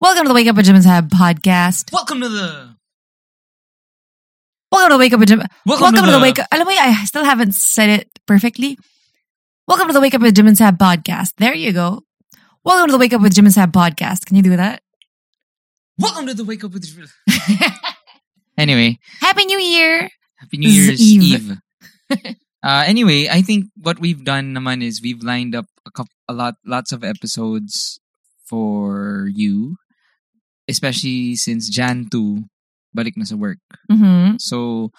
Welcome to the Wake Up with Jim and Tab podcast. Welcome to the. Welcome to the Wake Up with Jim. Welcome to the- Wake Up. Alam mo, I still haven't said it perfectly. Welcome to the Wake Up with Jim and Tab podcast. There you go. Welcome to the Wake Up with Jim and Tab podcast. Can you do that? Welcome to the Wake Up with. anyway, Happy New Year. Happy New Year's Eve. Eve. uh, anyway, I think what we've done naman is we've lined up a couple, a lot, lots of episodes for you, especially since Jan 2 balik na sa work. Mm-hmm. So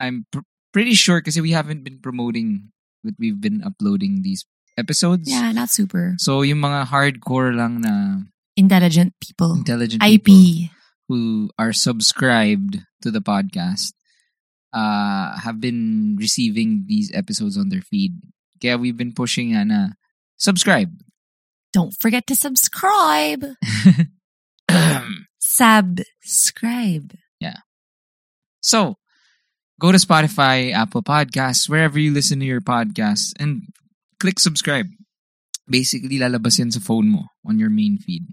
I'm pr- pretty sure kasi we haven't been promoting that we've been uploading these episodes. Yeah, not super So yung mga hardcore lang na intelligent people. intelligent people- IP. who are subscribed to the podcast uh, have been receiving these episodes on their feed. Kaya we've been pushing nga na subscribe. Don't forget to subscribe. Subscribe. so, go to Spotify, Apple Podcasts, wherever you listen to your podcasts and click subscribe. Basically, lalabas yan sa phone mo on your main feed.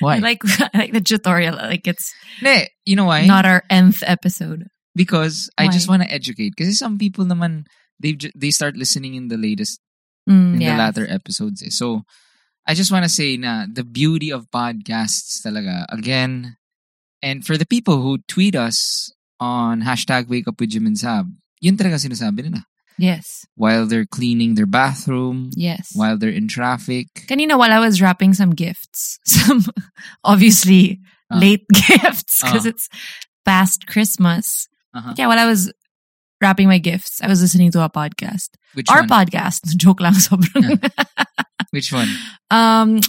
I Why? like I like the tutorial. Like it's Ne, you know why? not our nth episode. because I just Why? want to educate. Kasi some people naman, they ju- they start listening in the latest Mm, in yeah. the latter episodes. eh. So, I just want to say na the beauty of podcasts talaga, again, and for the people who tweet us on hashtag wake up with Jim and Sab, yun talaga sinasabi nila. Yes. While they're cleaning their bathroom, Yes. while they're in traffic. Kanina while I was wrapping some gifts, some obviously Ah. late gifts because Ah. it's past Christmas. Uh-huh. Yeah, while I was wrapping my gifts, I was listening to a podcast. Which Our one? podcast, joke lang sobrang. Which one? um,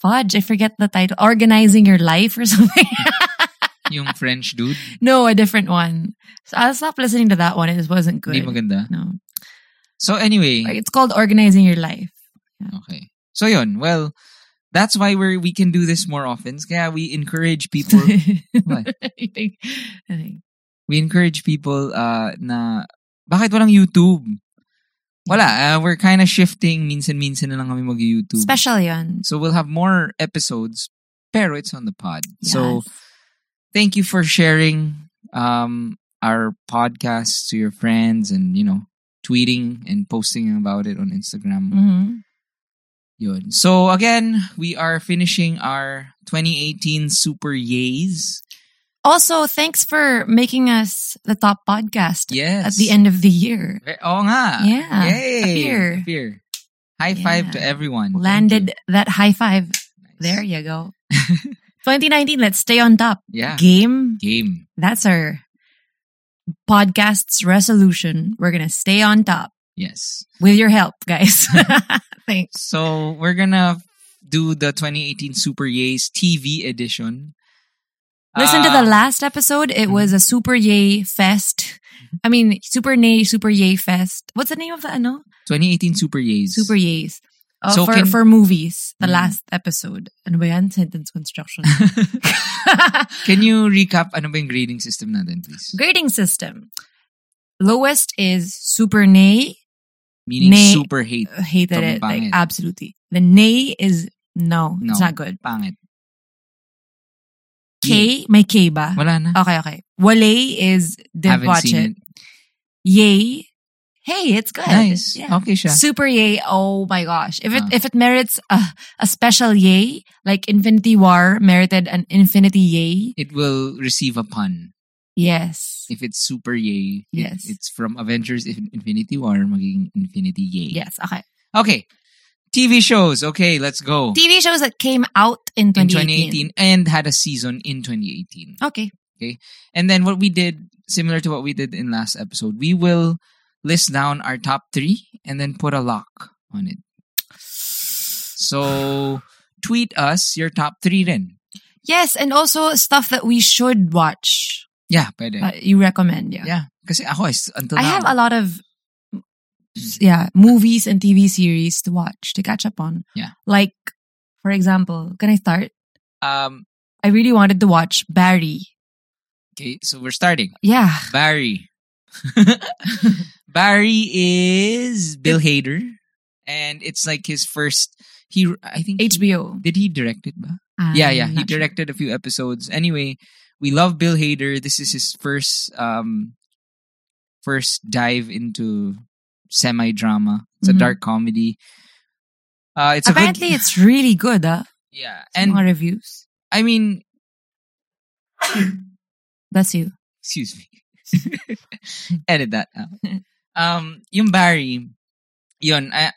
fudge, I forget the title. Organizing your life or something. Yung French dude? no, a different one. So I'll stop listening to that one. It wasn't good. Hindi maganda. No, So anyway, it's called organizing your life. okay. So yun, well, that's why we we can do this more often. Kaya we encourage people What? I think- I think- we encourage people uh, na, bakit walang YouTube? Wala, uh, we're kind of shifting. Minsan-minsan na lang kami mag-YouTube. Especially on So we'll have more episodes, pero it's on the pod. So thank you for sharing um, our podcast to your friends and, you know, tweeting and posting about it on Instagram. Mhm. Yun. So again, we are finishing our 2018 Super Yays. Also, thanks for making us the top podcast Yes. at the end of the year. Ve- Oo nga. Yeah. Yay. Appear. Appear. High five Yeah. to everyone. Thank Landed that high five. you. Nice. There you go. 2019, let's stay on top. Yeah. Game, Game. that's our podcast's resolution. We're going to stay on top Yes. with your help, guys. Thanks. So we're gonna do the 2018 Super Yays TV edition. Listen to Uh, mm-hmm. the last episode. It was a super yay fest. I mean, super nay, super yay fest. What's the name of that? No, 2018 Super Yays. super yays. Uh, So for can- for movies, the Mm. last episode. Ano ba yan? Sentence construction. Can you recap ano ba yung grading system natin, please? Grading system. Lowest is super nay. Meaning Nay. super hate. Uh, Hated it. Like Pangit. absolutely. The nay is no. No. It's not good. Pangit. K, may K ba? Wala na. Okay, okay. Wale is Ah, didn't Haven't watch seen it. it. Yay. Hey, it's good. Nice. Yeah. Okay siya. Super yay! Oh my gosh! If it Ah. if it merits a a special yay, like Infinity War merited an Infinity yay. It will receive a pun. Yes. If it's Super Yay, it- Yes. it's from Avengers Infin- Infinity War magiging Infinity Yay. Yes. Okay. Okay. TV shows. Okay, let's go. TV shows that came out in in 2018. 2018 and had a season in 2018. Okay. And then what we did, similar to what we did in last episode, we will list down our top three and then put a lock on it. So tweet us your top three then. Yes, and also stuff that we should watch. Yeah, pwede. Uh, you recommend? Yeah. yeah. Kasi ako, I s- until I now, have a lot of yeah movies and TV series to watch to catch up on. Yeah. Like, for example, can I start? um, I really wanted to watch Barry. okay, so we're starting. Yeah. Barry. Barry is Bill Hader. And it's like his first, he, I think, HBO. did he direct it ba? yeah, I'm yeah. He not sure. directed a few episodes. Anyway, we love Bill Hader. This is his first um first dive into semi drama. It's Mhm. a dark comedy. Uh it's Apparently, a good, it's really good. Huh? yeah. And And more reviews. I mean, That's you. excuse me. Edit that out. Um, yung Barry, yun, I,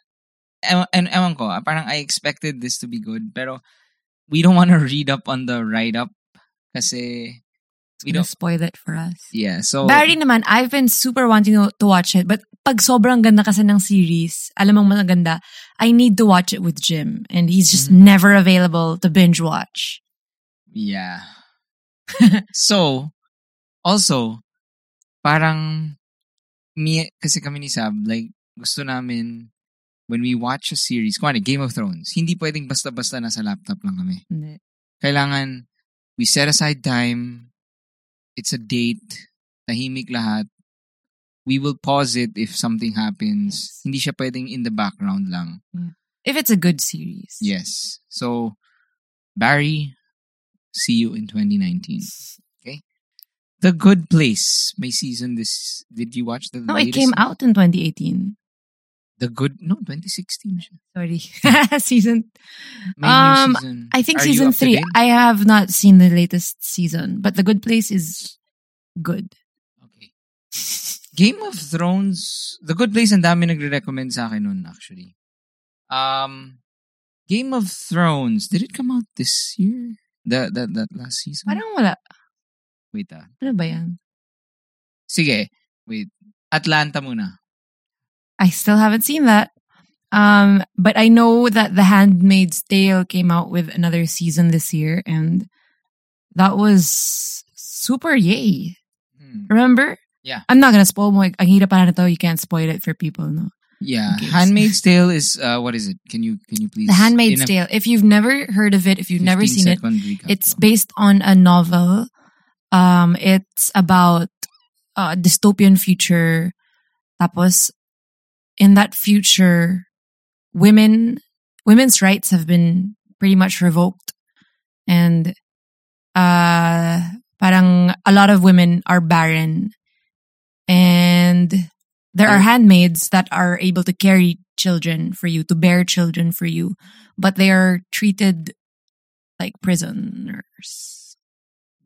ewan, ewan ko, ah, parang I expected this to be good, pero we don't want to read up on the write-up kasi You we don't don't, spoil it for us. yeah, so, Barry naman, I've been super wanting to, to watch it. But pag sobrang ganda kasi ng series, alam mong maganda, I need to watch it with Jim. And he's just Mhm. never available to binge watch. yeah. so, also, parang, me, kasi kami ni Sab, like, gusto namin, when we watch a series, kuwari, Game of Thrones, hindi pwedeng basta-basta nasa laptop lang kami. Hindi. kailangan we set aside time. It's a date. Tahimik lahat. We will pause it if something happens. Yes. Hindi siya pwedeng in the background lang. If it's a good series. Yes. So, Barry, see you in 2019. Okay? The Good Place. May season this. Did you watch the No, Oh, it latest? came out in 2018. The Good. No, 2016. siya. Sorry. season. May Um, new season. I think Are you season up to three. date? I have not seen the latest season, but The Good Place is good. Okay. Game of Thrones, The Good Place, ang dami nagre-recommend sa akin nun actually. Um, Game of Thrones, did it come out this year? That that that last season? Parang wala. Wait ah. Ano ba yan? Sige, wait. Atlanta muna. I still haven't seen that. Um, but I know that The Handmaid's Tale came out with another season this year, and that was super yay. Hmm. Remember? Yeah. I'm not gonna spoil mo. Ang hirap para nito. You can't spoil it for people, no? Yeah, Okay. Handmaid's Tale is uh, what is it? Can you can you please? The Handmaid's Tale. If you've never heard of it, if you've never seen it, It's based on a novel. Um, it's about a dystopian future. Tapos, in that future, women women's rights have been pretty much revoked, and uh, parang a lot of women are barren, and there are Right. handmaids that are able to carry children for you, to bear children for you, but they are treated like prisoners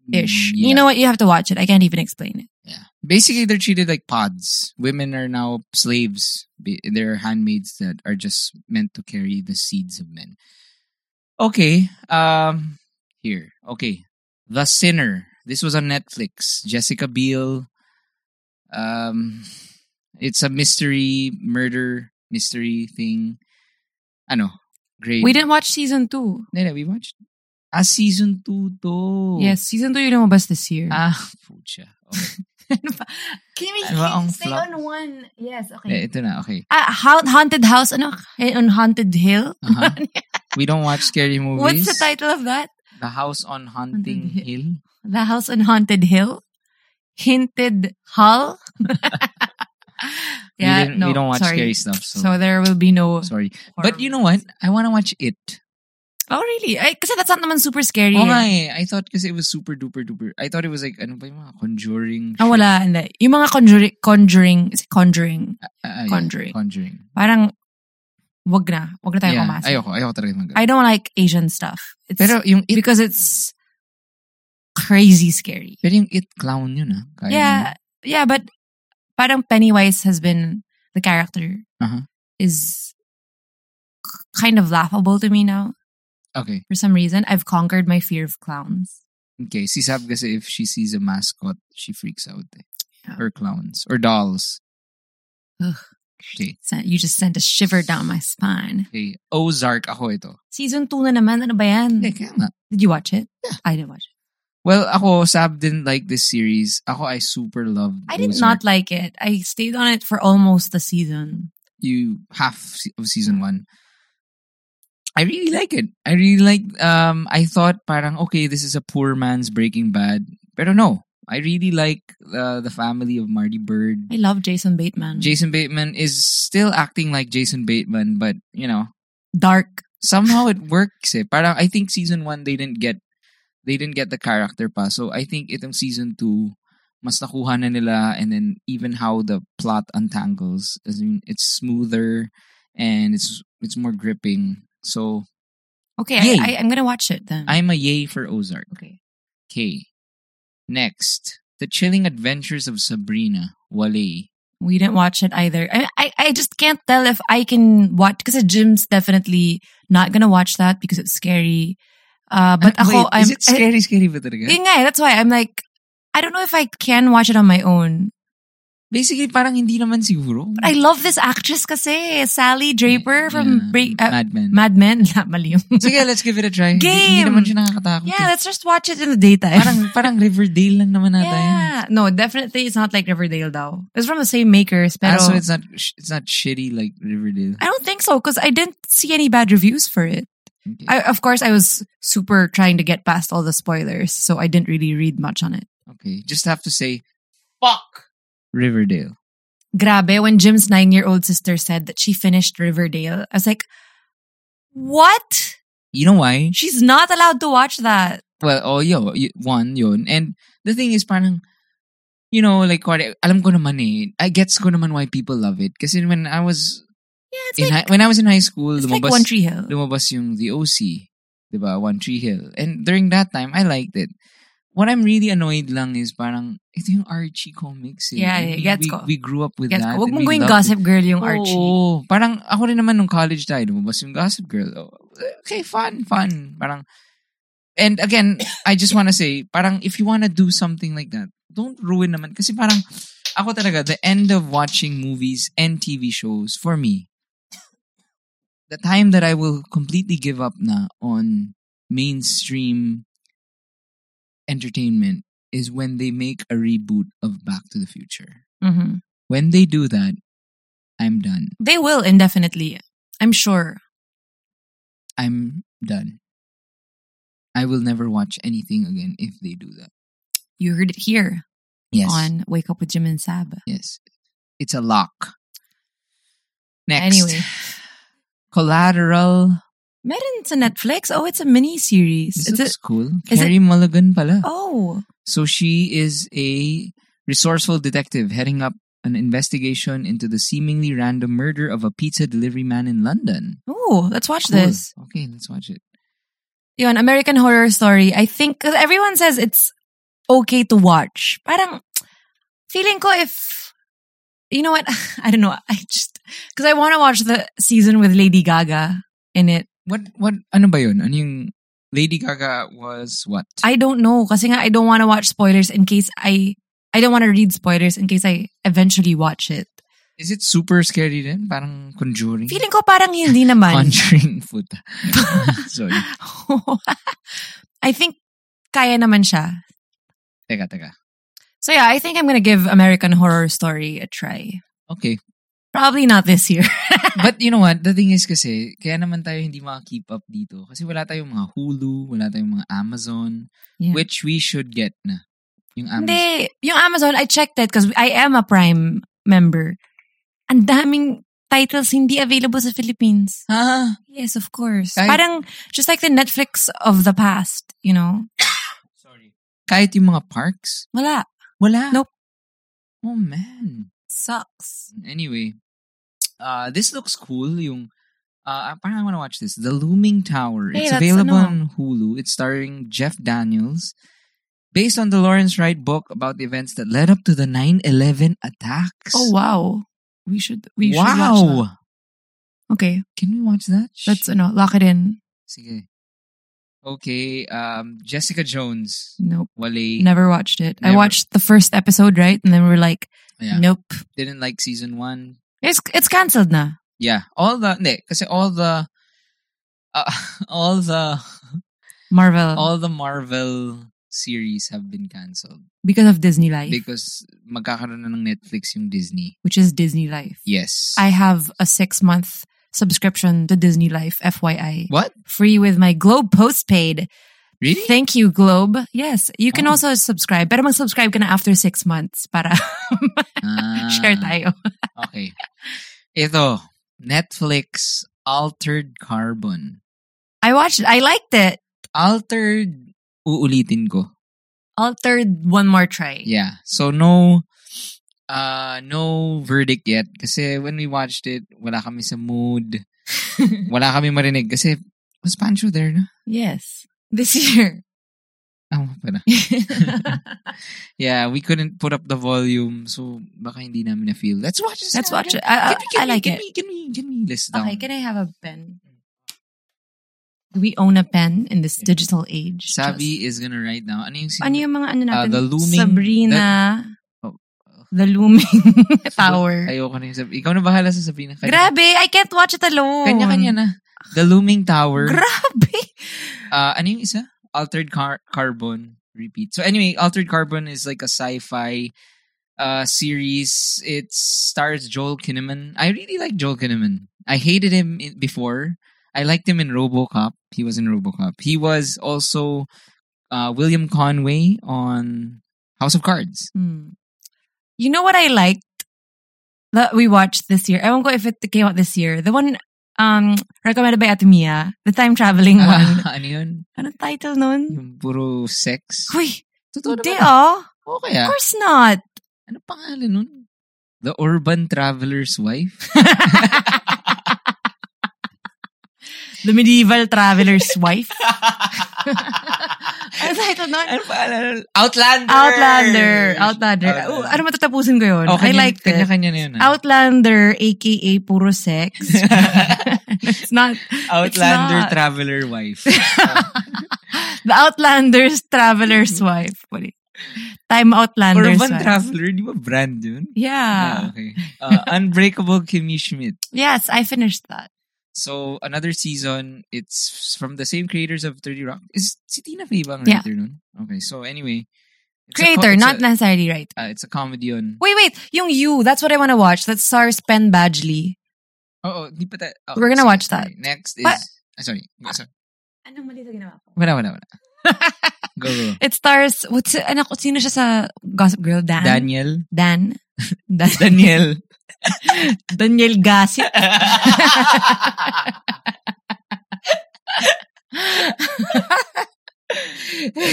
ish. Mm, Hmm, You know what? You have to watch it. I can't even explain it. Yeah. Basically, they're treated like pods. Women are now slaves. Be- They're handmaids that are just meant to carry the seeds of men. Okay. Um. Here. Okay. The Sinner. This was on Netflix. Jessica Biel. Um. It's a mystery murder mystery thing. Ano? Great. We didn't watch season two. No, no, we watched. Ah, season two to. Yes, season two yung lumabas this year. Ah, pucha. Okay. Kimi, ano ba ang stay flop? on one. Yes, Eh, okay. Ito na. Okay. Ah, hau- haunted house, ano? Eh, On haunted hill? Uh-huh. We don't watch scary movies. What's the title of that? The House on Haunting Haunting Hill. Hill. The house on haunted hill? Hinted hull? we, didn't- we don't watch scary stuff, so, So there will be no. sorry. horror But you know what? I want to watch it. Oh really? Eh, kasi that's not naman super scary. eh. Oh, my. I thought because it was super duper duper. I thought it was like ano ba yung mga conjuring. Ah, shit? wala. Hindi. Yung mga conjuring, conjuring, is it conjuring, Ah, ah, yeah, Conjuring. Conjuring. parang, wag na. Wag na tayo Yeah, kumasa. Ayoko, ayoko talaga mag I don't like Asian stuff. It's, Pero yung it, because it's crazy scary. pero yung it clown yun ah. Kaya yeah. Yeah, but parang Pennywise has been, the character Uh-huh. is k- kind of laughable to me now. yun. Okay. For some reason, I've conquered my fear of clowns. Okay. Si Sab kasi if she sees a mascot, she freaks out. Eh. Yeah. Or clowns. Or dolls. Ugh. Okay. Sen- You just sent a shiver down my spine. Okay. Ozark ako ito. Season 2 na naman. Ano ba yan? Hindi, kaya nga. Did you watch it? I didn't watch it. Well, ako, Sab didn't like this series. Ako, I super loved I did Ozark. not like it. I stayed on it for almost the season. you half se- of season one. I really like it. I really like. Um, I thought parang okay, this is a poor man's Breaking Bad, pero no, I really like uh, the family of Marty Bird. I love Jason Bateman. Jason Bateman is still acting like Jason Bateman, but you know, Dark. somehow it works eh. Parang I think season 1 they didn't get they didn't get the character pa. So I think itong season 2 mas nakuha na nila and then even how the plot untangles. I mean, it's smoother and it's it's more gripping. So Okay, Yay. I, I, I'm gonna watch it then. I'm a yay for Ozark. okay. Okay. Next, The Chilling Adventures of Sabrina. Wale. We didn't watch it either. I, I, I just can't tell if I can watch because Jim's definitely not gonna watch that because it's scary. Uh, but Ah, ako, wait, I'm, is it I- scary, scary ba talaga? Yun nga eh, that's why I'm like, I don't know if I can watch it on my own. Basically, parang hindi naman siguro. But I love this actress kasi, Sally Draper Yeah, from Break, uh, Mad Men. Mad Men. Not mali yun. Sige, let's give it a try. Hindi- Hindi Game! naman siya nakakatakot. yeah, eh. let's just watch it in the daytime. parang, parang Riverdale lang naman ata yun. yeah. No, definitely it's not like Riverdale daw. It's from the same makers, pero Ah, so it's not sh- it's not shitty like Riverdale. I don't think so because I didn't see any bad reviews for it. Okay. I, of course, I was super trying to get past all the spoilers, so I didn't really read much on it. okay, just have to say, fuck Riverdale. Grabe, when Jim's nine year old sister said that she finished Riverdale, I was like, what? You know why? She's not allowed to watch that. Well, oh, yo, y- one, yun. And the thing is, parang, you know, like, kuwari, alam ko naman eh, I gets ko naman why people love it. Kasi when I was, Yeah, it's in like, hi- when I was in high school, it's like lumabas, One Tree Hill. lumabas yung The OC, di ba? One Tree Hill. And during that time, I liked it. What I'm really annoyed lang is parang, ito yung Archie comics eh. Yeah, And yeah, we, gets we, ko. we grew up with Yes, that. huwag and mong we gawing loved it. gossip girl yung Archie. Oo. Parang ako rin naman nung college tayo, lumabas yung Gossip Girl. Oh, Okay, fun, fun. Parang, and again, I just wanna say, parang if you wanna do something like that, don't ruin naman. Kasi parang, ako talaga, the end of watching movies and TV shows, for me, the time that I will completely give up na on mainstream entertainment is when they make a reboot of Back to the Future. Mhm. When they do that, I'm done. They will indefinitely. I'm sure. I'm done. I will never watch anything again if they do that. You heard it here Yes. on Wake Up with Jim and Sab. Yes. It's a lock. Next. Anyway, Collateral. meron sa Netflix. Oh, it's a mini series. This It's a, looks cool. is it- Carrie Mulligan pala. oh, So she is a resourceful detective heading up an investigation into the seemingly random murder of a pizza delivery man in London. oh, let's watch Cool. this. Okay, let's watch it. Yun, American Horror Story. I think because everyone says it's okay to watch. Parang feeling ko if you know what I don't know. I just because I want to watch the season with Lady Gaga in it. What what ano ba yun? Ano yung Lady Gaga was what? I don't know kasi nga I don't want to watch spoilers in case I I don't want to read spoilers in case I eventually watch it. Is it super scary then? Parang conjuring? Feeling ko parang hindi naman. Conjuring puta. Sorry. I think kaya naman siya. Teka, teka. So yeah, I think I'm gonna give American Horror Story a try. Okay. Probably not this year. But you know what? The thing is kasi, kaya naman tayo hindi maka-keep up dito. Kasi wala tayong mga Hulu, wala tayong mga Amazon, Yeah. which we should get na. Yung Amazon. Hindi. Yung Amazon, I checked it because I am a Prime member. Ang daming titles hindi available sa Philippines. Ha? Yes, of course. Kahit- Parang, just like the Netflix of the past, you know? Sorry. Kahit yung mga parks, Wala. wala. Nope. Oh man. Sucks. Anyway, uh, this looks cool. Yung, uh, parang I want to watch this. The Looming Tower. Hey, it's that's available ano. on Hulu. It's starring Jeff Daniels. Based on the Lawrence Wright book about the events that led up to the 9-11 attacks. Oh, wow. We should, we wow. should watch that. Okay, Can we watch that? that's, ano, lock it in. Sige. Okay, um, Jessica Jones. Nope. Wale. Never watched it. I Never. watched the first episode, right? And then we were like, Yeah. nope. Didn't like season one. It's, it's canceled na. Yeah. All the, ne, kasi all the, uh, all the, Marvel. all the Marvel series have been canceled because of Disney Life, because magkakaroon na ng Netflix yung Disney. which is Disney Life. Yes. I have a six month subscription to Disney Life, FYI. what? Free with my Globe postpaid. Really? Thank you, Globe. Yes, you can Oh. also subscribe. Pero mag-subscribe ka na after six months para Ah, share tayo. Okay. Ito, Netflix Altered Carbon. I watched it. I liked it. Altered, uulitin ko. Altered one more try. Yeah. So no uh no verdict yet kasi when we watched it, wala kami sa mood. wala kami marinig kasi was Pancho there na? Yes. This year. Oh, pala. yeah, we couldn't put up the volume so baka hindi namin na feel. Let's watch this. Let's now. watch it. I, I, Can we- can I we- like can it. We, can we can we list down? Okay, can I have a pen? Do we own a pen in this digital age? Sabi is gonna write down. Ano yung Just- ano yung mga ano natin? Uh, the looming- Sabrina. Oh. The looming tower. Ayoko na yung sabi. Ikaw na bahala sa sabihin. na. Kanya- Grabe, I can't watch it alone. Kanya-kanya na. The Looming Tower. Grabe. uh, ano yung isa? Altered Car- Carbon. Repeat. So anyway, Altered Carbon is like a sci-fi uh, series. It stars Joel Kinnaman. I really like Joel Kinnaman. I hated him in- before. I liked him in RoboCop. He was in RoboCop. He was also uh, William Conway on House of Cards. Hmm. You know what I liked that we watched this year? I won't go if it came out this year. The one um recommended by Ate Mia, the time traveling one. Ah, ano yun? Ano title nun? Yung puro sex. Uy, Totoo hindi naman. oh. Of Oo kaya. course not. Ano pangalan nun? The Urban Traveler's Wife? The medieval traveler's wife. ano title nun? ano pangalan? Outlander! Outlander. Outlander. Outlander. Oh, ano matatapusin ko yun? Oh, I kanya- liked it. Kanya-kanya na yun. ah. Outlander, aka puro sex. it's not Outlander It's not. Traveler Wife. the Outlander's traveler's wife. What is- Time Outlander's Urban wife. Traveler, di ba brand yun? yeah. okay. Uh, Unbreakable Kimmy Schmidt. Yes, I finished that. So, another season, it's from the same creators of 30 Rock. Is si Tina Fey ba ang Yeah. writer nun? Okay, so anyway. it's a co- Creator, it's not a, necessarily right. uh, It's a comedy on... Wait, wait. Yung You, that's what I want to watch. That stars Penn Badgley. Oh, oh, di pa ta- oh, We're gonna sige, watch that. sorry. Next is... But- Ah, sorry. Ah, sorry. Anong mali ginawa ko? Wala, wala, wala. Go, go. It stars, what's, ano, sino siya sa Gossip Girl? Dan? Daniel. Dan? Dan? Daniel. Daniel Gossip?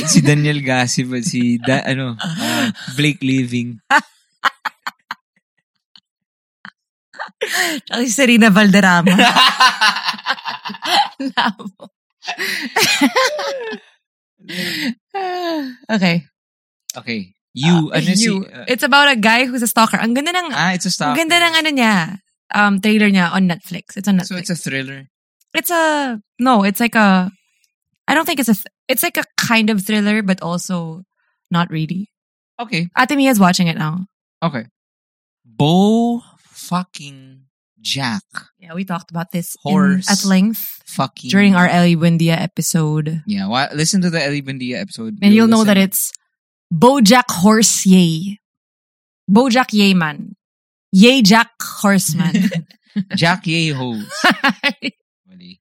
si Daniel Gassi ba si da, ano ah, Blake Living. Tsaka si Serena Valderrama. Labo. okay. okay. You Uh, ano si you. uh, It's about a guy who's a stalker. Ang ganda ng Ah, it's a ang stop. ganda ng ano niya. Um trailer niya on Netflix. It's on So Netflix. it's a thriller. it's a no, it's like a I don't think it's a th- it's like a kind of thriller but also not really. Okay. Ate Mia's watching it now. Okay. Bo fucking Jack Yeah, we talked about this in- Horse. at length fucking during our Ellie Buendia episode. Yeah, wa- listen to the Ellie Buendia episode. And you'll know listen. that it's Bojack Horse Yay. Bojack Yayman. Yay Jack Horseman. Jack Yeho. Mali.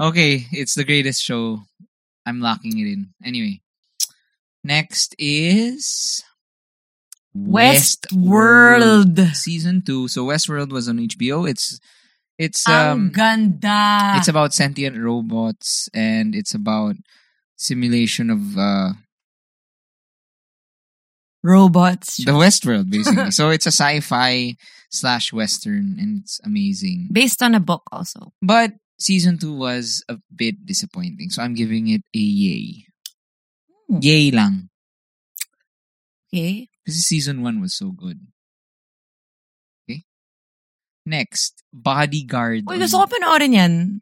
Okay, it's the greatest show. I'm locking it in. Anyway, next is Westworld. season two. So Westworld was on HBO. It's it's Ang um ganda. it's about sentient robots and it's about simulation of uh robots. the Westworld basically. so it's a sci-fi slash western and it's amazing. Based on a book also. But season two was a bit disappointing. So I'm giving it a yay. Hmm. Yay lang. Okay. Kasi season one was so good. Okay? Next, Bodyguard. Uy, gusto ko panoorin yan.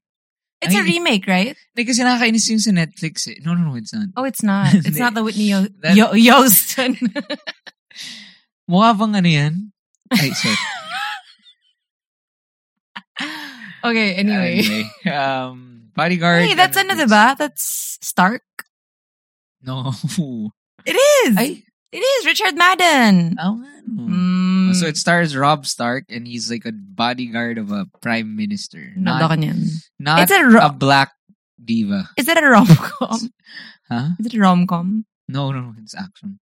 It's a Ay. remake, right? Like, kasi nakakainis yung sa Netflix eh. No, no, no, it's not. Oh, it's not. It's not the Whitney Yo- That- Yo- Yostin. Mukha bang ano yan? Ay, sorry. okay, anyway. Anyway, um, Bodyguard. Hey, that's on ano, Netflix. diba? That's Stark. No. It is. Ay, It is Richard Madden. oh, ano. Mm, Um, So it stars Rob Stark and he's like a bodyguard of a prime minister. nanda Not, ko niyan. not It's a a ro- black diva. Is it a rom-com? Huh? Is it a rom-com? No, no, no, it's action.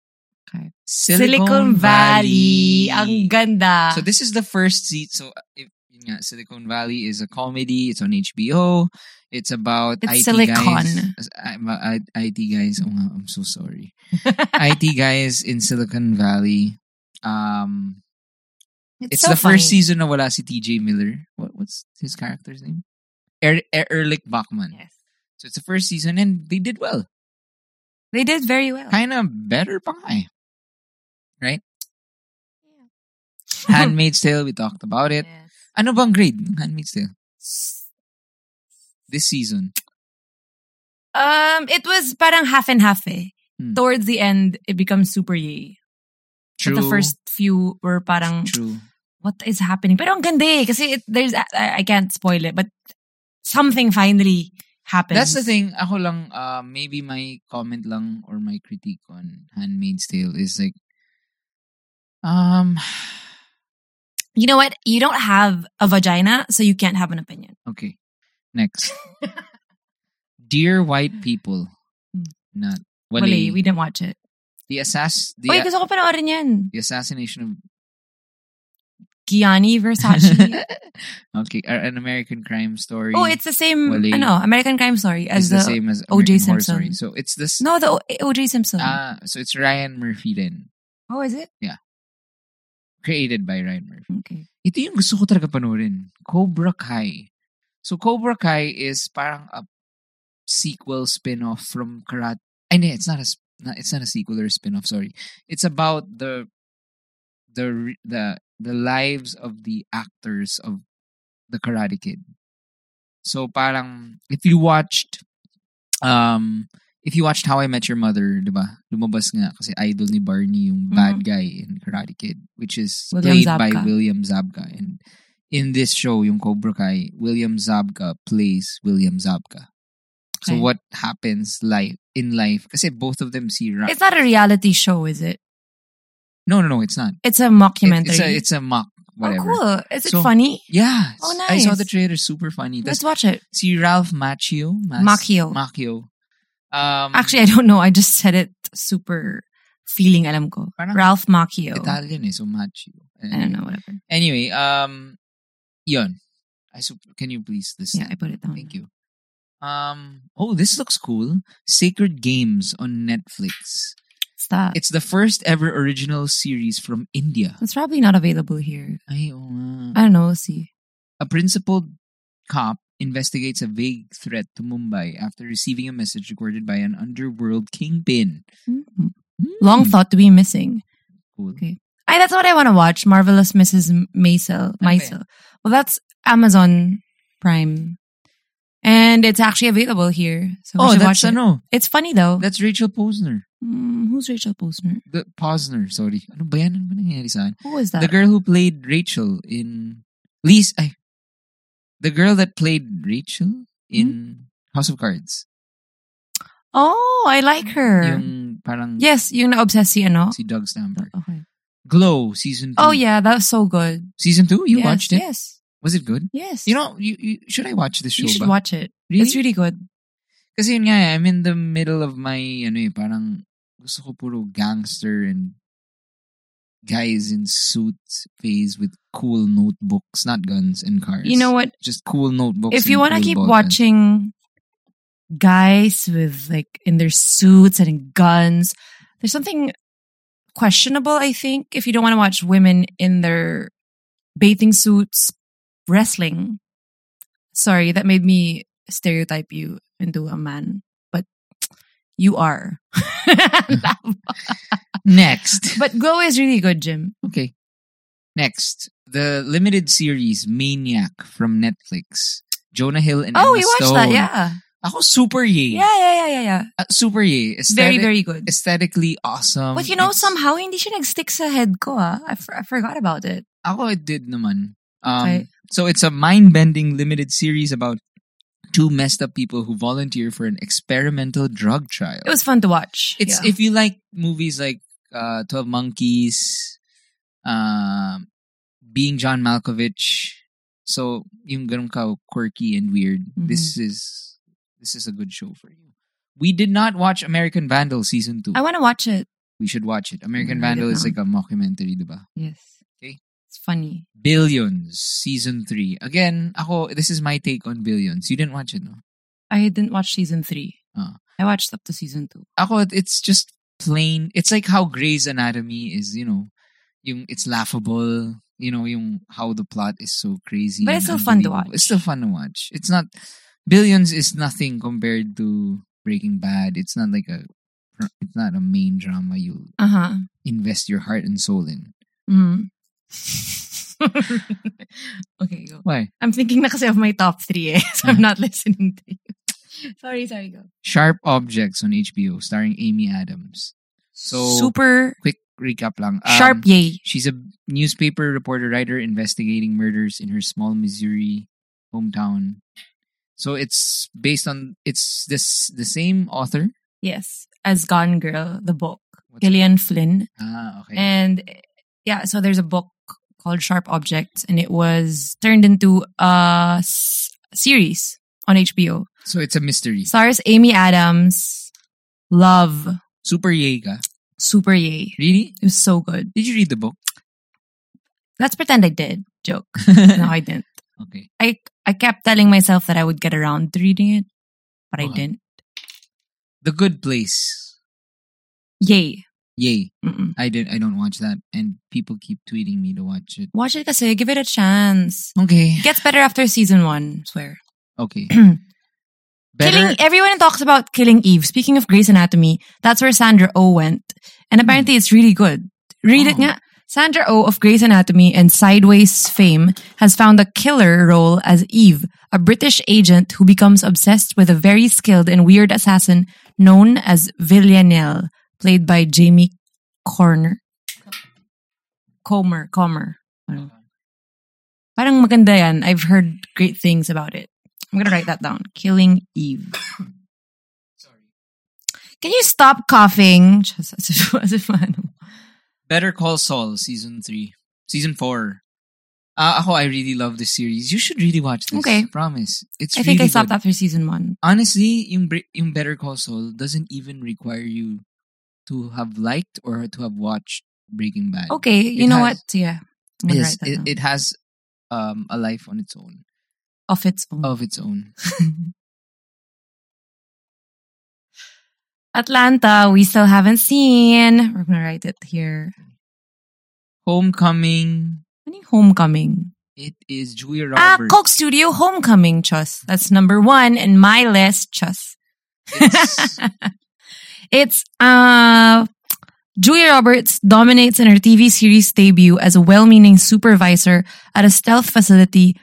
Okay. Silicon, Valley. Ang ganda. So this is the first seat. So uh, if you Yeah, Silicon Valley is a comedy. It's on HBO. It's about It's IT silicon. guys. I'm, uh, IT guys. Oh, nga, I'm so sorry. IT guys in Silicon Valley. Um, it's so the first funny. season na wala si TJ Miller. What, what's his character's name? Er, er, Erlich Bachman. Yes. So it's the first season and they did well. They did very well. Kind of better pa nga eh. Right? Handmaid's Tale, we talked about it. Yes. Ano bang grade ng Handmaid's Tale? This season. Um, it was parang half and half eh. Hmm. Towards the end, it becomes super yay. But True. the first few were parang, True. what is happening? Pero ang ganda eh, kasi it, there's, I, I can't spoil it, but something finally happens. That's the thing. Ako lang, uh, maybe my comment lang or my critique on Handmaid's Tale is like, um, You know what? You don't have a vagina, so you can't have an opinion. okay, next. Dear white people, Hmm. not Wale, wale, we didn't watch it. the assass, the, Uy, gusto ko panoorin yan. the assassination of Gianni Versace. okay, or an American crime story. oh, it's the same, Wale. ano, O.J. Crime Story as is the, the, same as O.J. American Horror Simpson. Story. So it's this. no, the O- O.J. Simpson. Ah, so it's Ryan Murphy then, oh, is it? created by Ryan Murphy. Okay. ito yung gusto ko talaga panoorin. Cobra Kai. So Cobra Kai is parang a sequel spin-off from Karate. I mean, it's not a sp- not, it's not a sequel or a spin-off, sorry. It's about the the re- the the lives of the actors of the Karate Kid. So parang if you watched um if you watched How I Met Your Mother, 'di ba? Lumabas nga kasi idol ni Barney yung bad guy in Karate Kid, which is William played by Zabka. William Zabka and in this show yung Cobra Kai, William Zabka plays William Zabka. So Okay. what happens life in life kasi both of them see ra- It's not a reality show, is it? No, no, no, it's not. It's a It- mockumentary. it's a it's a mock oh, whatever. cool. Is it So- funny? Yeah. Oh, I saw nice. the trailer super funny. Let's That's watch it. si Ralph Macchio. Mas- Macchio. Macchio. Um, Actually, I don't know. I just said it super feeling alam ko. Parang- Ralph Macchio. Italian eh, so Macchio. I don't know, whatever. Anyway, um, yun. I sup- can you please listen? Yeah, I put it down. Thank you. Um, oh, this looks cool. Sacred Games on Netflix. What's that? It's the first ever original series from India. It's probably not available here. Ay, oo nga. I don't know. We'll see. A principled cop investigates a vague threat to Mumbai after receiving a message recorded by an underworld kingpin. Mm. Hmm. Long thought to be missing. Cool. Okay. I, that's what I want to watch. Marvelous Mrs. M- Maisel. Okay. Maisel. Well, that's Amazon Prime. And it's actually available here. So we Oh, should watch that's it. ano? It's funny though. That's Rachel Posner. Mm, who's Rachel Posner? The Posner, sorry. Ano ba yan? Ano ba nangyayari sa akin? Who is that? The girl who played Rachel in Lisa, ay, the girl that played Hmm? Rachel in House of Cards. Oh, I like her. Yung parang yes, you know, obsessy, ano? si Doug Stamper. Okay. Glow season 2. Oh yeah, that was so good. Season 2? You Yes, watched it? Yes, Was it good? yes. You know, you, you should I watch this show? you should ba? watch it. Really? It's really good. Kasi yun nga, eh, I'm in the middle of my, ano eh, parang gusto ko puro gangster and guys in suits phase with cool notebooks, not guns and cars. You know what? Just cool notebooks. If you want to keep watching guys with like in their suits and in guns, there's something questionable. I think if you don't want to watch women in their bathing suits wrestling. Sorry, that made me stereotype you into a man, but you are. Next. but Glow is really good, Jim. okay. Next. The limited series Maniac from Netflix. Jonah Hill and Oh, Emma we watched Stone. that. Yeah. Ako super yay. Yeah, yeah, yeah, yeah, yeah. Uh, super yay. Very, Aesthetic- very good. Aesthetically awesome. But you know, Um, It's- somehow hindi siya nag-stick sa head ko ah. I, f- I forgot about it. Ako, it did naman. Um, Okay. So it's a mind-bending limited series about two messed up people who volunteer for an experimental drug trial. It was fun to watch. it's Yeah. if you like movies like uh, Twelve Monkeys, um, Being John Malkovich. So yung ganun ka quirky and weird. Mhm. This is this is a good show for you. We did not watch American Vandal season two. I want to watch it. we should watch it. American Mm, I did Vandal is not. like a mockumentary, diba? Yes. Okay. It's funny. Billions season 3. Again, ako this is my take on Billions. You didn't watch it, no? I didn't watch season three. Ah. I watched up to season two. Ako it's just plain. It's like how Grey's Anatomy is, you know, yung it's laughable, you know, yung how the plot is so crazy. But and it's still fun to unbelievable. watch. It's still fun to watch. It's not Billions is nothing compared to Breaking Bad. It's not like a it's not a main drama you Uh huh. invest your heart and soul in. Mm. okay, go. Why? I'm thinking na kasi of my top three eh, so Mm. I'm not listening to you. sorry, sorry, go. Sharp Objects on HBO starring Amy Adams. So Super quick recap lang. Um, sharp yay. She's a newspaper reporter writer investigating murders in her small Missouri hometown. So it's based on it's this the same author. Yes. As Gone Girl, the book. What's- Gillian Flynn. Ah, okay. And eh, yeah, so there's a book called Sharp Objects and it was turned into a s- series on HBO. so it's a mystery. Stars Amy Adams. Love. Super yay ka. Super yay. Really? It was so good. Did you read the book? Let's pretend I did. Joke. No, I didn't. okay. I I kept telling myself that I would get around to reading it, but I Okay. didn't. The Good Place. Yay. Yay. Mm-mm. I did I don't watch that and people keep tweeting me to watch it. Watch it kasi. Give it a chance. Okay. Gets better after season one, swear. Okay. Killing everyone talks about Killing Eve. Speaking of Grey's Anatomy, that's where Sandra O oh went. And apparently it's really good. Read it Oh. nga. Sandra O oh of Grey's Anatomy and Sideways fame has found a killer role as Eve, a British agent who becomes obsessed with a very skilled and weird assassin known as Villanelle, played by Jamie Corner. Comer, Comer. Parang- Parang maganda yan. I've heard great things about it. I'm gonna write that down. Killing Eve. Sorry. Can you stop coughing? Just as if, as if ano. Better Call Saul season 3. Season 4. Uh, ako, I really love this series. You should really watch this. Okay. Promise. It's I think really I stopped good. that for season one. Honestly, yung, Bre- yung Better Call Saul doesn't even require you to have liked or to have watched Breaking Bad. Okay, you It know has- what? Yeah. I'm gonna Yes, write that it, down. it has um, a life on its own. of its own. Of its own. Atlanta, we still haven't seen. We're gonna write it here. Homecoming. Ano yung homecoming? It is Julia Ah, Roberts. Coke Studio Homecoming, Chus. That's number one in my list, Chus. It's- It's uh Julia Roberts dominates in her TV series debut as a well-meaning supervisor at a stealth facility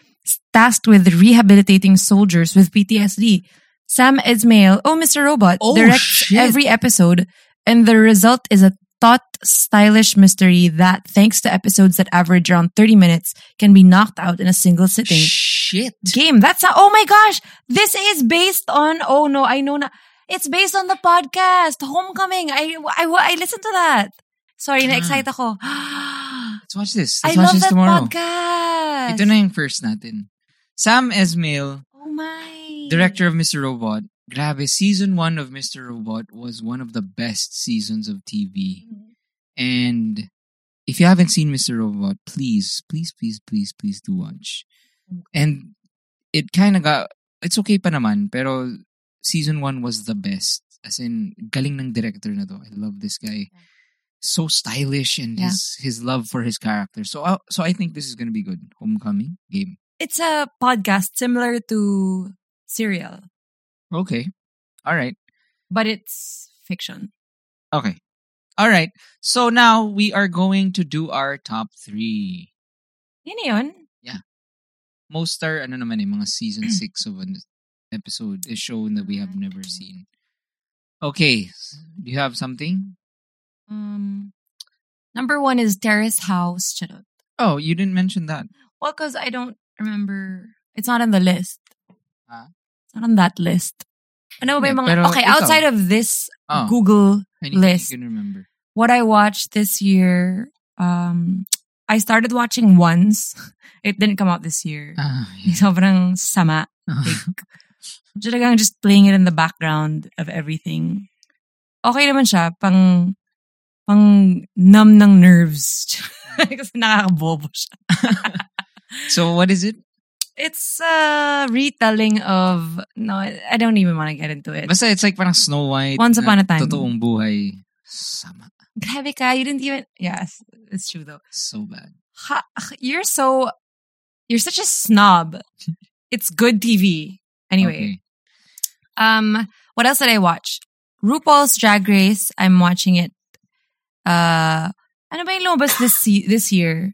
tasked with rehabilitating soldiers with PTSD. Sam Ismail, oh Mr. Robot, Oh, directs shit. every episode, and the result is a taut, stylish mystery that, thanks to episodes that average around 30 minutes, can be knocked out in a single sitting Shit. game. That's a, oh my gosh, this is based on oh no, I know na. It's based on the podcast Homecoming. I I I listened to that. Ah. Sorry, na excited ako. I Let's watch this. Let's watch love this that tomorrow. podcast. Ito na yung first natin. Sam Esmail, Oh my. director of Mr. Robot. Grabe, season one of Mr. Robot was one of the best seasons of TV. And if you haven't seen Mr. Robot, please, please, please, please, please do watch. And it kind of got, it's okay pa naman, pero season one was the best. As in, galing ng director na to. I love this guy. So stylish and Yeah. his his love for his character. So I so I think this is gonna be good. Homecoming game. It's a podcast similar to Serial, Okay. All right. but it's fiction. Okay. All right. So now we are going to do our top three. Yun na yun. Most are, ano naman eh, mga season Mm. six of an episode, a show that we have never seen. Okay. Do you have something? Um, number one is Terrace House. Charot. Oh, you didn't mention that. Well, because I don't remember. It's not on the list. Ah. It's not on that list. Ano ba yung mga, Yeah, pero okay, ikaw. outside of this Oh, Google, anything list. you can remember. what I watched this year, um, I started watching once. It didn't come out this year. Ah, yeah. Sobrang sama. Like, talagang just playing it in the background of everything. Okay naman siya, pang, pang numb ng nerves. Kasi nakakabobo siya. So what is it? It's a retelling of, no, I don't even want to get into it. Basta it's like parang Snow White. Once na upon a time. Totoong buhay. Sama. Grabe ka, you didn't even, yes, it's true though. So bad. Ha, you're so, you're such a snob. It's good TV. Anyway. Okay. Um, what else did I watch? RuPaul's Drag Race. I'm watching it. Uh, ano ba yung lumabas this, se- this year?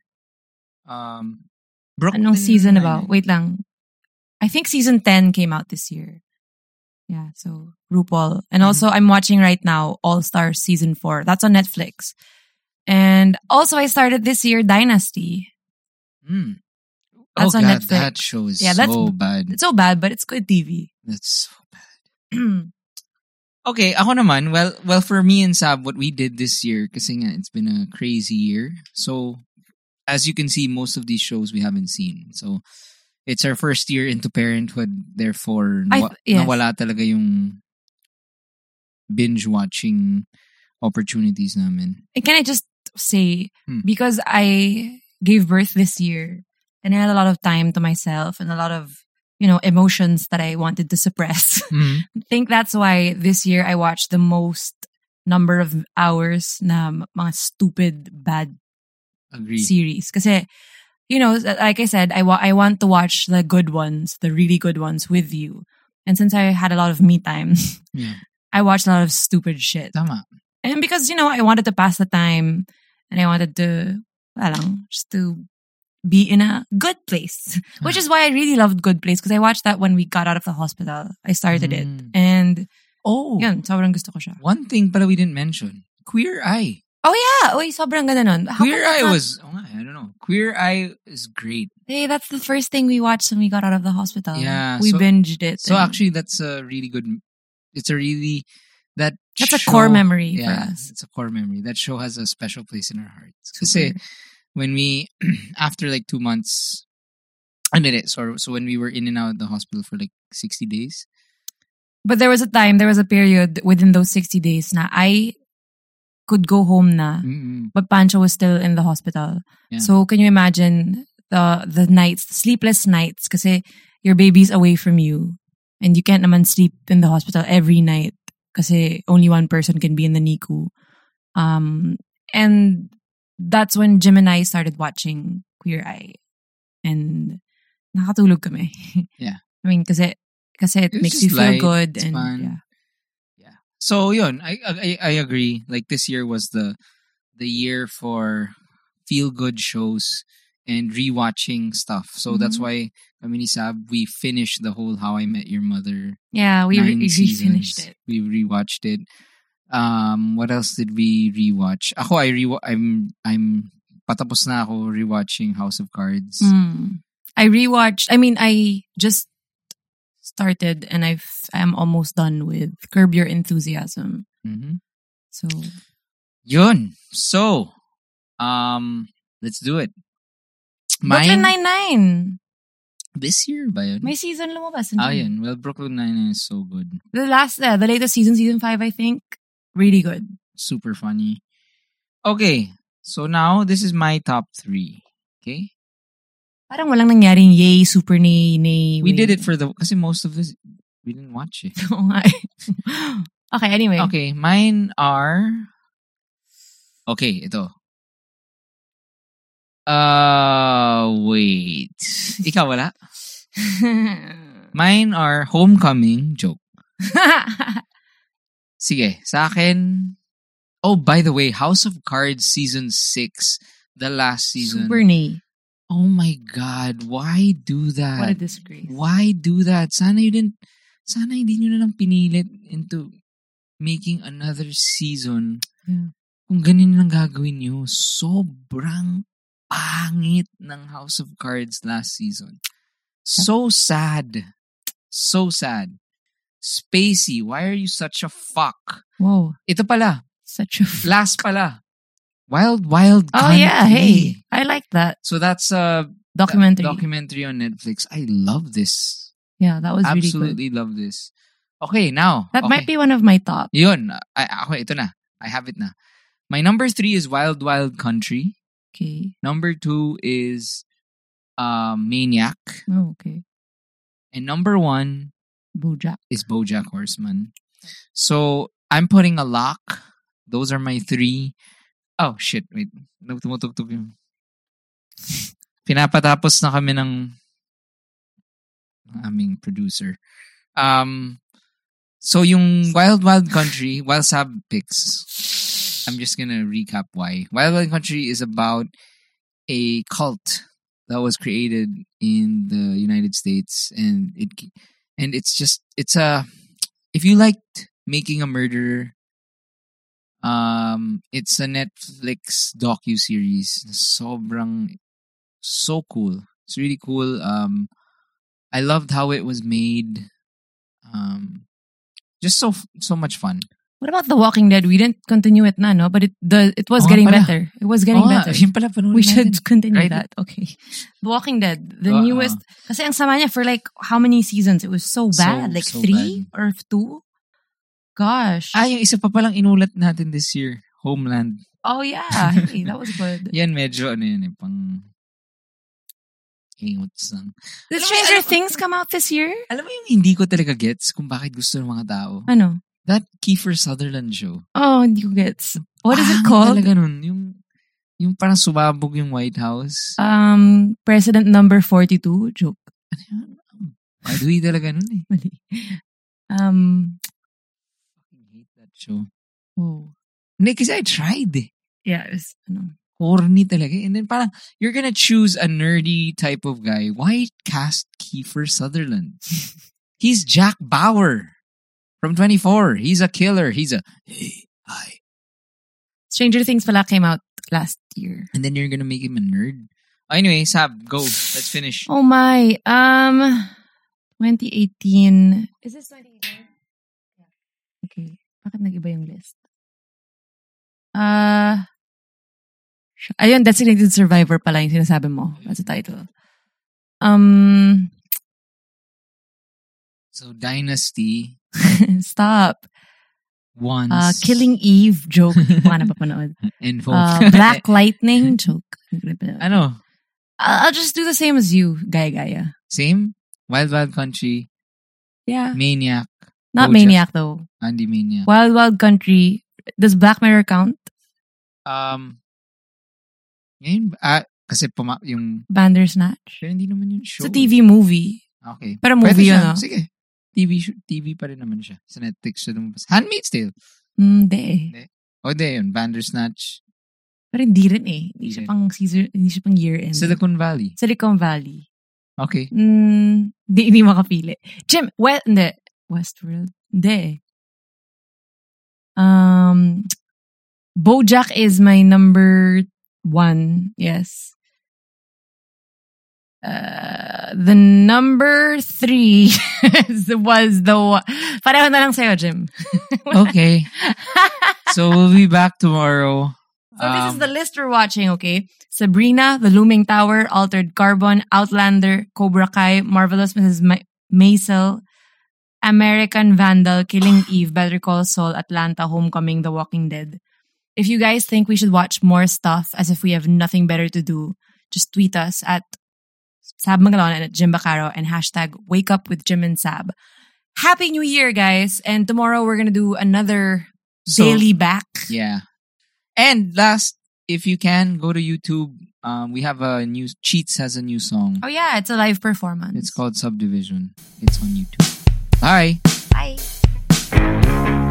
Um, Brooklyn Anong season Nine-Nine. about? Wait lang. I think season 10 came out this year. Yeah, so RuPaul. And also, I'm watching right now All Stars season 4. That's on Netflix. And also, I started this year Dynasty. Mm. That's oh on God, Netflix. that show is Yeah, that's- so bad. It's so bad, but it's good TV. That's so bad. Okay, ako naman. Well, well, for me and Sab, what we did this year, kasi nga, it's been a crazy year. So, as you can see, most of these shows we haven't seen. So, it's our first year into parenthood. Therefore, I- nawa- yes. nawala talaga yung binge-watching opportunities namin. And can I just say, Hmm. because I gave birth this year and I had a lot of time to myself and a lot of, you know, emotions that I wanted to suppress. I think that's why this year I watched the most number of hours na m- mga stupid bad Agree. series. Kasi, you know, like I said, I, wa- I want to watch the good ones, the really good ones with you. And since I had a lot of me time, Yeah. I watched a lot of stupid shit. Tama. And because, you know, I wanted to pass the time and I wanted to, wala lang, just to be in a good place, which is why I really loved Good Place because I watched that when we got out of the hospital. I started it. Mm. And Oh, yun, sobrang gusto ko siya. one thing pala we didn't mention. Queer Eye. Oh yeah, Uy, sobrang ganda nun. How Queer come Eye not- was, oh, nga, I don't know. Queer Eye is great. Hey, that's the first thing we watched when we got out of the hospital. Yeah, we so- binged it. So and actually, that's a really good. It's a really that. that's a show- core memory Yeah, for us. it's a core memory. That show has a special place in our hearts. Kasi Super. when we after like two months, I did it. So so when we were in and out of the hospital for like sixty days, But there was a time, there was a period within those sixty days na I could go home na, Mm-mm. but Pancho was still in the hospital. Yeah. So can you imagine the the nights, sleepless nights, because your baby's away from you, and you can't naman sleep in the hospital every night, because only one person can be in the NICU. Um, and that's when Jim and I started watching Queer Eye, and nakatulog kami. Yeah. I mean, because kasi it It was makes you just feel light, good it's and fun. yeah. So yun, I, I I agree. Like this year was the the year for feel good shows and rewatching stuff. So that's Mhm. why I mean, Sab, we finished the whole How I Met Your Mother. Yeah, we nine re- seasons. refinished it. We rewatched it. Um, what else did we rewatch? Ako, I re I'm I'm patapos na ako rewatching House of Cards. Mm. I rewatched. I mean, I just started, and I've I'm almost done with Curb Your Enthusiasm. Mhm. So Yun. So, um, let's do it. Brooklyn Mine- Nine Nine, This year ba yun? may season lumabas. in Ah, June. yun. Well, Brooklyn Nine-Nine is so good. The last, uh, the latest season, season five, I think, really good. Super funny. Okay. So now, this is my top three. Okay? Parang walang nangyaring yay, super nay, nay. way. We did it for the... Kasi most of this, we didn't watch it. Oo nga eh. okay, anyway. Okay. Mine are... Okay, ito. Uh, wait. Ikaw wala? Mine are Homecoming joke. Sige, sa akin... Oh, by the way, House of Cards Season 6, the last season. super nay. Oh my God, why What a do that? disgrace. Why do that? Sana you didn't, sana hindi nyo na lang pinilit into making another season. Yeah. Kung ganun lang gagawin nyo, sobrang pangit ng House of Cards last season. So sad. So sad. Spacey, why are you such a fuck? Whoa, Ito pala, such a. last pala. Wild Wild oh Country. yeah, hey, I like that So that's uh, documentary. documentary on Netflix. I love this. Yeah, that was really good. Absolutely love this. Okay, now. That okay. might be one of my top. Yun. I, ako, ito na. I have it na. My number three is Wild Wild Country. Okay. Number two is uh, Maniac. Oh, okay. And number one Bojack. is Bojack Horseman. So I'm putting a lock. Those are my three. Oh, shit. Wait. Tumutugtog yung... Pinapatapos na kami ng aming producer. Um, so yung Wild Wild Country, Wild Sab picks. I'm just gonna recap why. Wild Wild Country is about a cult that was created in the United States, and it and it's just it's a if you liked making a murderer, um, it's a Netflix docu series. Sobrang so cool. It's really cool. Um, I loved how it was made. Um, just so so much fun. What about The Walking Dead? We didn't continue it na, no? But it the it was Oo getting pala. better. It was getting Oo nga, better. yun pala, panoorin We natin. should continue oh, Right? Uh-huh. that. Okay. The Walking Dead, the Oo. newest. Kasi ang sama niya for like how many seasons? It was so So- bad. like so three or two? Gosh. Ah, yung isa pa palang inulat natin this year, Homeland. oh yeah. Hey, that was good. Yan medyo ano yun eh, pang ingots lang. Did Alam mo, Stranger alam mo- Things come out this year? Alam mo yung hindi ko talaga gets kung bakit gusto ng mga tao? Ano? That Kiefer Sutherland show. Oh, hindi ko gets. What is it Pangit called? Talaga nun. Yung, yung parang sumabog yung White House. Um, President number 42. Joke. Baduy talaga nun eh. Mali. Um, I hate that show. oh. Hindi, kasi I tried eh. Yeah, it was, ano. Corny talaga. eh. And then parang, you're gonna choose a nerdy type of guy. Why cast Kiefer Sutherland? He's Jack Bauer from 24. He's a killer. He's a, hey, hi. Stranger Things pala came out last year. And then you're gonna make him a nerd. Anyway, Sab, go. Let's finish. Oh my. Um 2018. Is this 2018? Yeah. Okay. Bakit nag-iba yung list? Uh, sh- ayun, Designated Survivor pala yung sinasabi mo. That's the title. Um, So Dynasty stop. once Uh, Killing Eve, joke. Hindi ko nga napapanood. and both. Uh, Black Lightning, joke. Hindi ko napanood. ano? I'll I'll just do the same as you, Gaya Gaya. Same. Wild Wild Country, Yeah. Mm-hmm. Maniac, Not Bojack. Maniac though. Andy Maniac. Wild Wild Country. Does Black Mirror count? Um, ngayon, ba- ah, kasi puma- yung, Bandersnatch. pero hindi naman yung show. eh. It's a TV movie. Okay. Pero Pwede movie yun, siya. ah. Sige. TV, sh- TV pa rin naman siya. Sa Netflix siya lumabas. Handmaid's Tale. Hindi eh. O di, yun. Bandersnatch. Pero hindi rin eh. Hindi Hindi siya rin. pang Caesar, hindi siya pang year end. Silicon Valley. Silicon Valley. Okay. Mm, hindi, hindi makapili. Jim, well, hindi. Westworld? Hindi eh. Um, Bojack is my number one. Yes. Uh, the number three is- was the one. Pareho na lang sa'yo, Jim. Okay. so we'll be back tomorrow. So this is Um, the list we're watching, okay? Sabrina, The Looming Tower, Altered Carbon, Outlander, Cobra Kai, Marvelous Mrs. Ma- Maisel, American Vandal, Killing Eve, Better Call Saul, Atlanta, Homecoming, The Walking Dead. If you guys think we should watch more stuff as if we have nothing better to do, just tweet us at Sab Mangalon and at Jim Bacaro and hashtag wake up with Jim and Sab. Happy New Year, guys. And tomorrow we're going to do another So- daily back. Yeah. And last, if you can, go to YouTube. Um, we have a new Cheats has a new song. Oh, yeah, it's a live performance. It's called Subdivision. It's on YouTube. Bye. Bye.